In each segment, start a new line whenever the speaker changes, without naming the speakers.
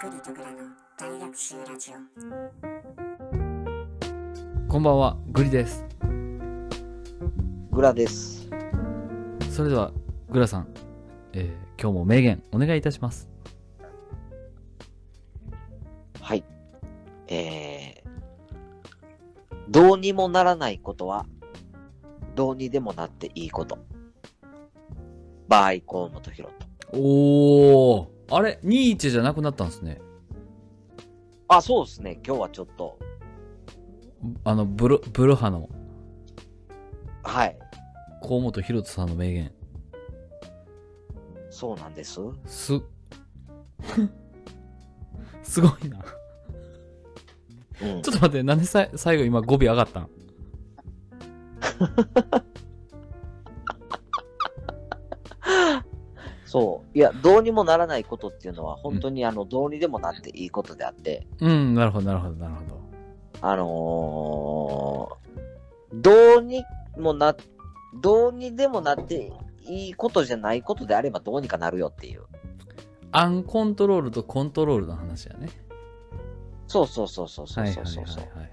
くりとぐらの大学習ラジオ
こんばんは、グリです。
グラです。
それでは、グラさん、えー今日も名言お願いいたします。
はい。えー、どうにもならないことは、どうにでもなっていいこと。バイ、河本ヒロと。
おー、あれ ?21 じゃなくなったんですね。
あ、そうですね。今日はちょっと、
あの、ブル、ブルハの
はい。
河本博人さんの名言。
そうなんです。
す、 すごいな。
うん
ちょっと待って、なんでさ最後今語尾上がったん
そう。いや、どうにもならないことっていうのは、本当にあの、どうにでもなっていいことであって、
うん、なるほど、なるほど、なるほど。
あのー、どうにもな、どうにでもなっていいことじゃないことであればどうにかなるよっていう。
アンコントロールとコントロールの話やね。
そうそうそうそうそうそうそ
は
う。
いはい。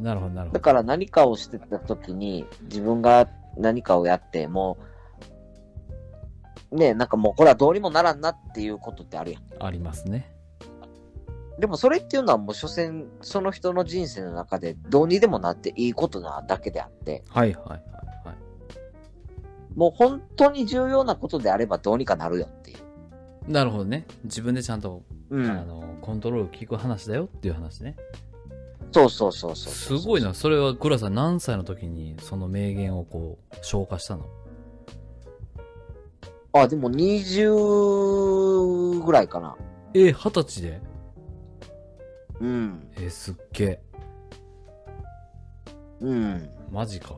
なるほど、なるほ
だ
ど。
から何かをしてた時に、自分が何かをやって、もう、ねえ、なんかもうこれはどうにもならんなっていうことってあるやん。
ありますね。
でもそれっていうのはもう所詮、その人の人生の中でどうにでもなっていいことなだけであって、
はいはいはいはい。
もう本当に重要なことであればどうにかなるよっていう。
なるほどね。自分でちゃんと、あ
うん。
のコントロール聞く話だよっていう話ね。
そうそうそうそう
す
そう。
ごいな。それはグラさん何歳の時にその名言をこう消化したの
あ、でも20ぐらいかな。
え、二十歳で
うん。
え、すっげえ。
うん。
マジか。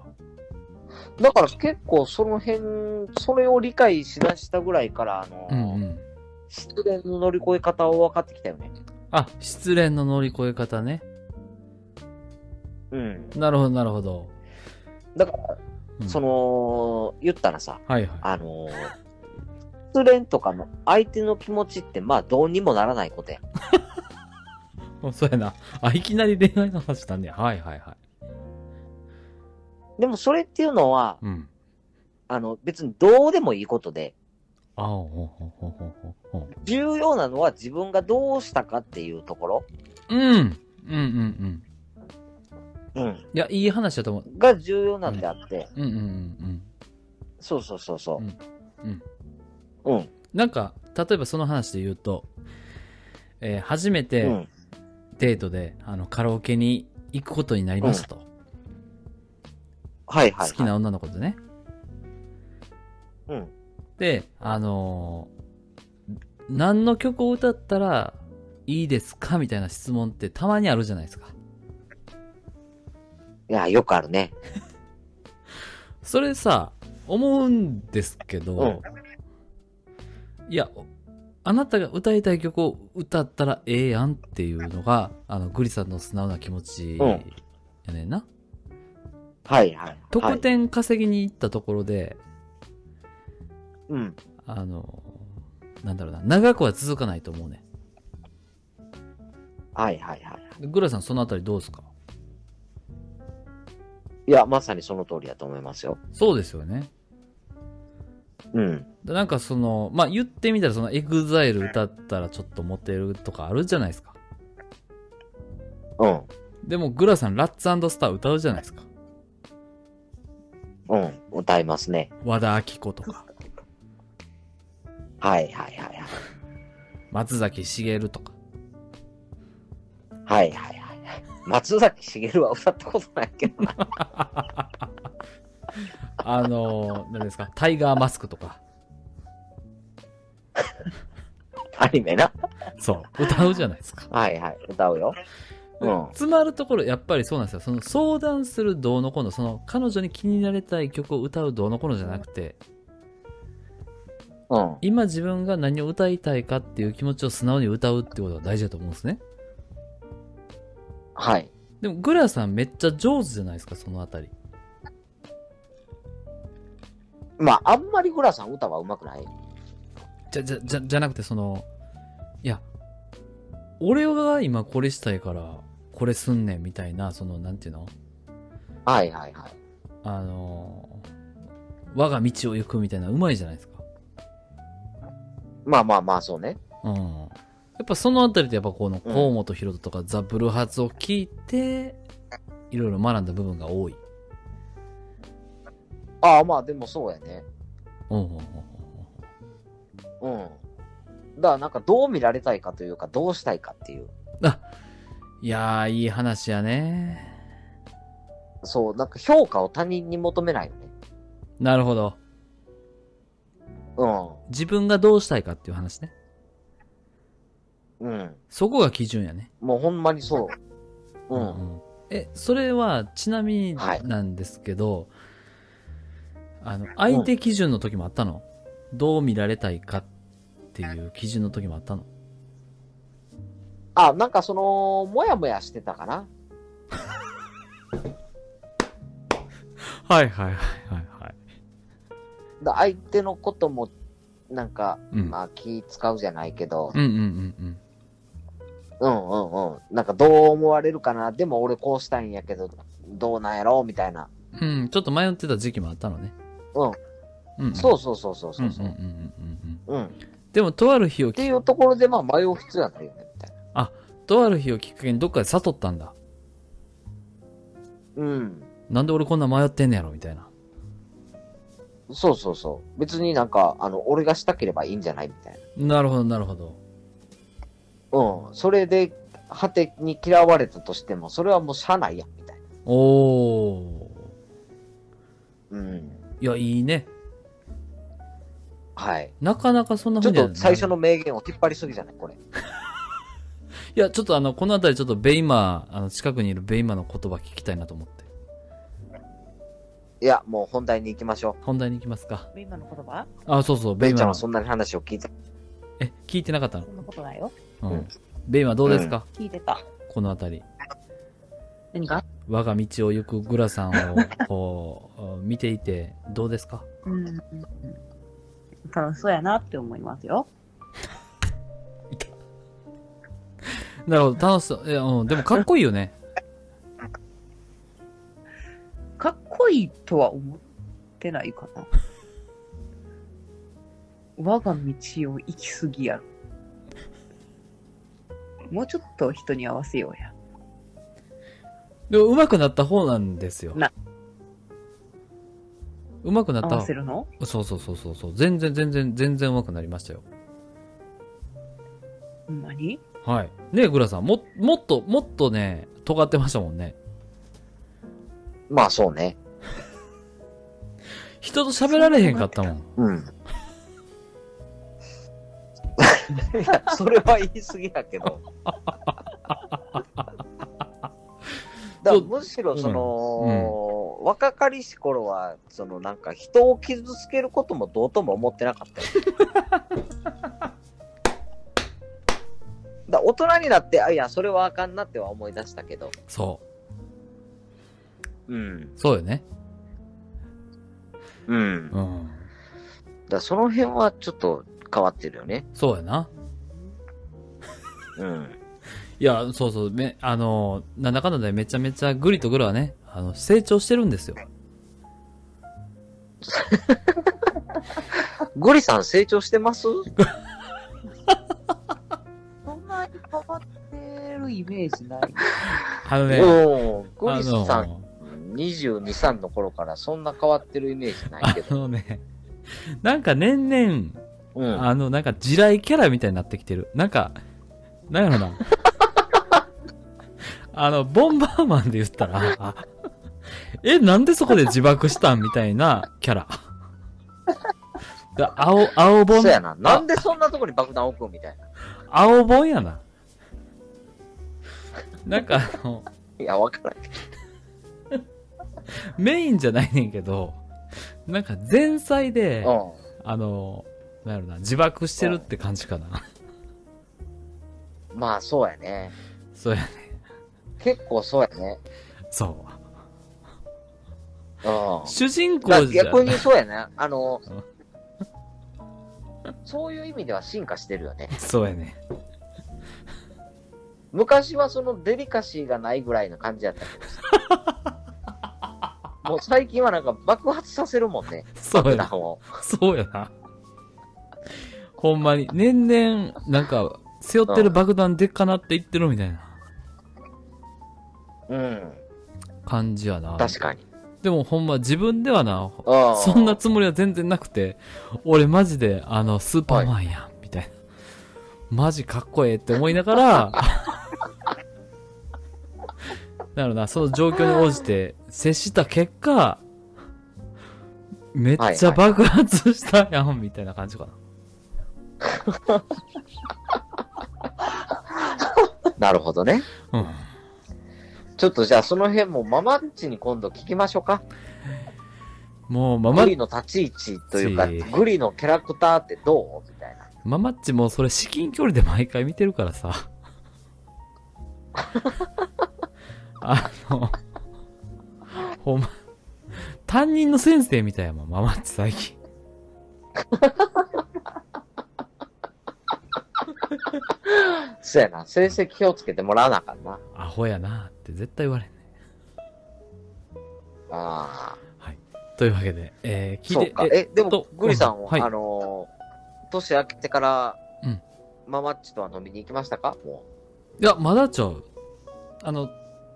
だから結構その辺、それを理解しだしたぐらいから、あの、
うんうん。
失恋の乗り越え方を分かってきたよね。
あ、失恋の乗り越え方ね。
うん。
なるほど、なるほど。
だから、
うん
その、言ったらさ、
はいは
あのー、失恋とかの相手の気持ちって、まあ、どうにもならないことやん。
い。あそうやな。あ、いきなり恋愛の話だね。はいはいはい。
でも、それっていうのは、
うん。
あの、別にどうでもいいことで、
あほほほほほほ。
重要なのは自分がどうしたかっていうところ、
うん。うんうんうん。
うん、
いや、いい話だと思う。
が重要なんであって、
うんうんうんうん。
そうそうそうそう。
うん。
うん。うん。
なんか、例えばその話で言うと、えー初めてデートで、あの、カラオケに行くことになりましたと。
はいはい、はい。
好きな。女の子とね。
うん。
で、あのー何の曲を歌ったらいいですかみたいな質問ってたまにあるじゃないですか。
いや、よくあるね。
それさ、思うんですけど、いや、あなたが歌いたい曲を歌ったらええやんっていうのが、あの、グリさんの素直な気持ちやねんな。
はいはい。は
得
い、
点稼ぎに行ったところで、
うん。
あの、なんだろうな、長くは続かないと思うね。
はいはいはい。
グラさん、そのあたりどうですか
いや、まさにその通りだと思いますよ。
そうですよね。
うん。
でなんかその、まあ、言ってみたら、その、エグザイル歌ったらちょっとモテるとかあるじゃないですか。
うん。
でも、グラさん、ラッツスター歌うじゃないですか。
うん。歌いますね。
和田アキ子とか、
はいはいはいはい。
松崎しげるとか。
はいはいはいはい。松崎しげるは歌ったことないけ どな。
あの、何ですか、タイガーマスクとか。
アニメな。
そう、歌うじゃないですか。
はいはい。歌うよ。うん
詰まるところ、やっぱりそうなんですよ。その相談するどうのこうの、その彼女に気になれたい曲を歌うどうのこうのじゃなくて、
うん。
今自分が何を歌いたいかっていう気持ちを素直に歌うってことが大事だと思うんですね。
はい。
でも、グラさんめっちゃ上手じゃないですか、そのあたり。
まあ、あんまりグラさん歌は上手くない。
じゃ、じゃ、じゃ、じゃなくて、その、いや、俺が今これしたいからこれすんねんみたいなそのなんていうの
はいはいはい。
あの我が道を行くみたいなうまいじゃないですか
まあまあまあ、そうね。
うんやっぱそのあたりでやっぱこの
うん
河本ロ人とかザ・ブルーハーツを聞いていろいろ学んだ部分が多い
ああ、まあでもそうやね。
うんうんうん
うん。だからなんかどう見られたいかというか、どうしたいかっていう。
うんあいやーいい話やね
そう、なんか評価を他人に求めないよね。
なるほど
う
自分がどうしたいかっていう話ね
ん。うん。
そこが基準やね
もうほんまにそう。うん。
えそれはちなみに
はい
なんですけど、あの相手基準の時もあったの、どう見られたいかっていう基準の時もあったの
あ、なんかその、もやもやしてたかな。
はいはいはいはいはい
だ相手のことも、なんか、
うん、
まあ気使うじゃないけど、
うんうんうん
うんうんうん。なんかどう思われるかな。でも俺こうしたいんやけど、どうなんやろみたいな。
うんうんちょっと迷ってた時期もあったのね
うん。
うんうん
そうそうそうそう
う
そ
んう
うん
う
そ
んう
う。
んうん
うん。っ
でもとある日を
て
き
いうところで、まあ迷う必要はないよね、みたいな。
とある日をきっかけにどっかで悟ったんだ
うん。
なんで俺こんな迷ってんねやろみたいな
そうそうそう。別になんか、あの、俺がしたければいいんじゃないみたい
なるほどなるほど
な。うん。それで、果てに嫌われたとしても、それはもうしゃあないやん、みたいな。
おお
うん。
いやいいね
はい。
なかなかそんな
ちょ
風
っ
には
と最初の名言を引っ張りすぎじゃないこれ。
いや、ちょっとあの、この辺りちょっとベイマー、あの、近くにいるベイマーの言葉聞きたいなと思って。
いや、もう本題に行きましょ
本題に行きますか。
今の言葉
あ、そうそう、
う。
ベ
ベ
イ
イち
マ
ゃ
ー
んはそんなに話を聞いて。
え、聞いてなかったの
そんなことだよ。
うん。
うん
ベイマーどうですか、
聞いてた。
この辺り。
何が
我が道を行くグラさんを、こう、 うん見ていて、どうですか
うん。楽しそうやなって思いますよ。
なるほど、楽しそう。いや、うん、でもかっこいいよね。
かっこいいとは思ってないか な。我が道を行き過ぎやろ。もうちょっと人に合わせようや。
でも、上手くなった方なんですよ
な。
上手くな
合
った
わ
方
せ。るの
そうそうそうそうそう。全然、全然、全然上手くなりましたよ。
ほんまに
はい。ねえ、グラさん、も、もっと、もっとね、尖ってましたもんね。
まあそうね。
人と喋られへんかったもん。
うん。いやそれは言い過ぎやけど。だからむしろその、若かりし頃は、そのなんか人を傷つけることもどうとも思ってなかったよ。だ大人になって、あ、いや、それはあかんなっては思い出したけど。
そ
うん。
う。そうよね。
うん。だか
ん。
らその辺はちょっと変わってるよね。
そうやな。
うん。
いや、そうそう、め、あの、なんだかんだでめちゃめちゃグリとグラはね、あの、成長してるんですよ。
ゴリさん成長してます
そんなに変わってるイメージ ない。
あのね、
うん。ゴ
あ
リさん、
の、
22、3の頃からそんな変わってるイメージない
あ
けど。
のね、なんか年々、
うん。
あの、なんか地雷キャラみたいになってきてる。なんか、なんやろな。 あの、ボンバーマンで言ったら、あえ、なんでそこで自爆したんみたいなキャラ。だ青、青ボン
そうやな。なんでそんなとこに爆弾置くんみたいな。
青本やな。なんかあの、
いや、わからん。
メインじゃないねんけど、なんか前菜で、
うん。
あの、なんやろな、自爆してるって感じかな。
まあ、そうやね。
そうや、
結構そうやね。
そ
うん
う。。主人
だ
公じゃ
逆にそうやね。あの
うん、
そういう意味では進化してるよね。
そうやね。
昔はそのデリカシーがないぐらいな感じやったけ どさ。もう最近はなんか爆発させるもんね。
そう
普
や
段
な。
を。
そうやな。ほんまに。年々、なんか、背負ってる爆弾でっかなって言ってるみたいな
うん。
感じやな。
確かに。
でもほんま自分ではな、
ああ
そんなつもりは全然なくて、俺マジで、あの、スーパーマンやん、みたいな。マジかっこええって思いながら、なるな、その状況に応じて接した結果、めっちゃ爆発したやん、みたいな感じかな。
なるほどね。
うん。
ちょっとじゃあその辺もママッチに今度聞きましょうか。
もう、ママ
グリ、の立ち位置というか、
立ち位置
グリのキャラクターってどうみたいな。
ママっちもうそれ至近距離で毎回見てるからさ。 あの、ほんま、担任の先生みたいやもん、ママっち最近。
そうやな。成績気をつけてもらわなあかんな。
アホやなって絶対言われんね。
ああ。
というわけで、えー、
そ
聞
う
いて
か。。え、でも
と、
グリさんは、
はい
あのー年明けてから、
うん
ママッチとは飲みに行きましたかも
いや、まだちゃう。あの、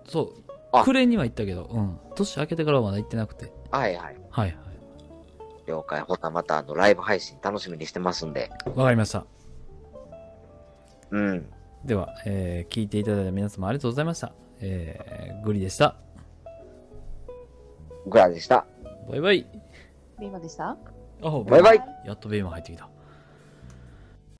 そう、
あ
暮れには行ったけど、うん。年明けてからはまだ行ってなくて。
う。はいはい。
はいはい。
了解。ほたまた、あの、ライブ配信楽しみにしてますんで。
わかりました。
うん。
では、えー聞いていただいた皆様ありがとうございました。えー、グリでした。
ぐらいでした。
バイバイ。
メガでした
あ、
バイバイ。
やっとベイマン入ってきた。